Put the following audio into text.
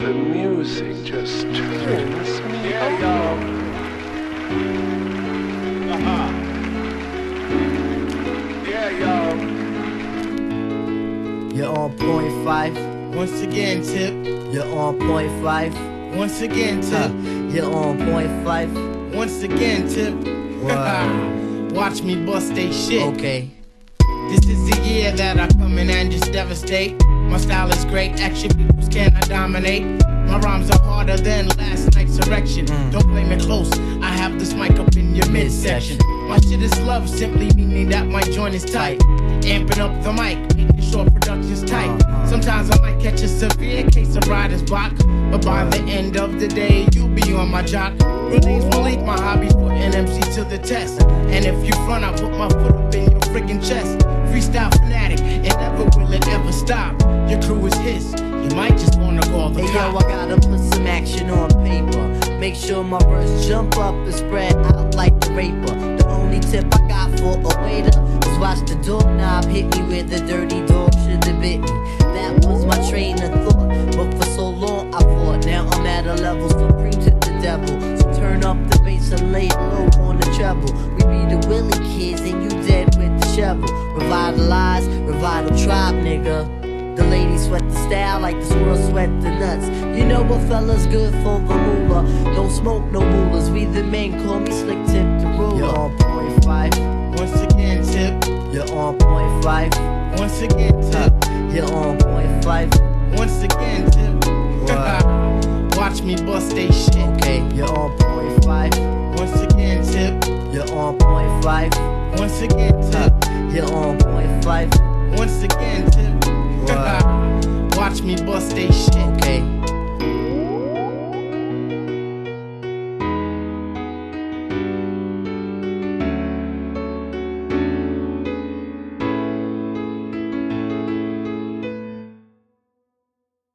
the music just turns me on. Yeah, y'all. You're on point five. Once again, tip. You're on point five. Once again, Huh. tip. You're on point five. Once again, tip. Wow. Watch me bust they shit. okay. This is the year that I come in and just devastate. My style is great, action peoples can I dominate. My rhymes are harder than last night's erection. Hmm. Don't blame it close, I have this mic up in your midsection. My shit is love, simply meaning that my joint is tight. Amping up the mic, making sure production's tight. Uh-huh. Sometimes I might catch a severe case of rider's block, but by the end of the day, you'll be on my jock. Release Malik, my hobbies put NMC to the test. And if you front, I put my foot up in your freaking chest. Freestyle fanatic, and never will it ever stop. Your crew is his. You might just wanna call the Hey yo, I cops. gotta put some action on paper. Make sure my verse jump up and spread out like the raper. The only tip I got for a waiter is watch the doorknob hit me where the dirty dog should have bit me. That was my train of thought, but for so long I fought. Now I'm at a level supreme to the devil. So turn up the bass and lay it low on the treble. We be the Willie kids and you dead with the shovel. Revitalize, revital tribe, nigga. The ladies sweat the style like the squirrels sweat the nuts. You know what, fellas, good for the moolah. Don't smoke no rulers. We the men, call me Slick Tip the Ruler. You're on point five. Once again, tip. You're on point five. Once again, Huh. tip. You're on point five. Once again, tip. Watch me bust they shit. Okay. You're on point five. Once again, tip. You're on point five. Once again, Huh. tip. You're on point five. Once again, tip. Wow. Watch me bust they shit. Okay.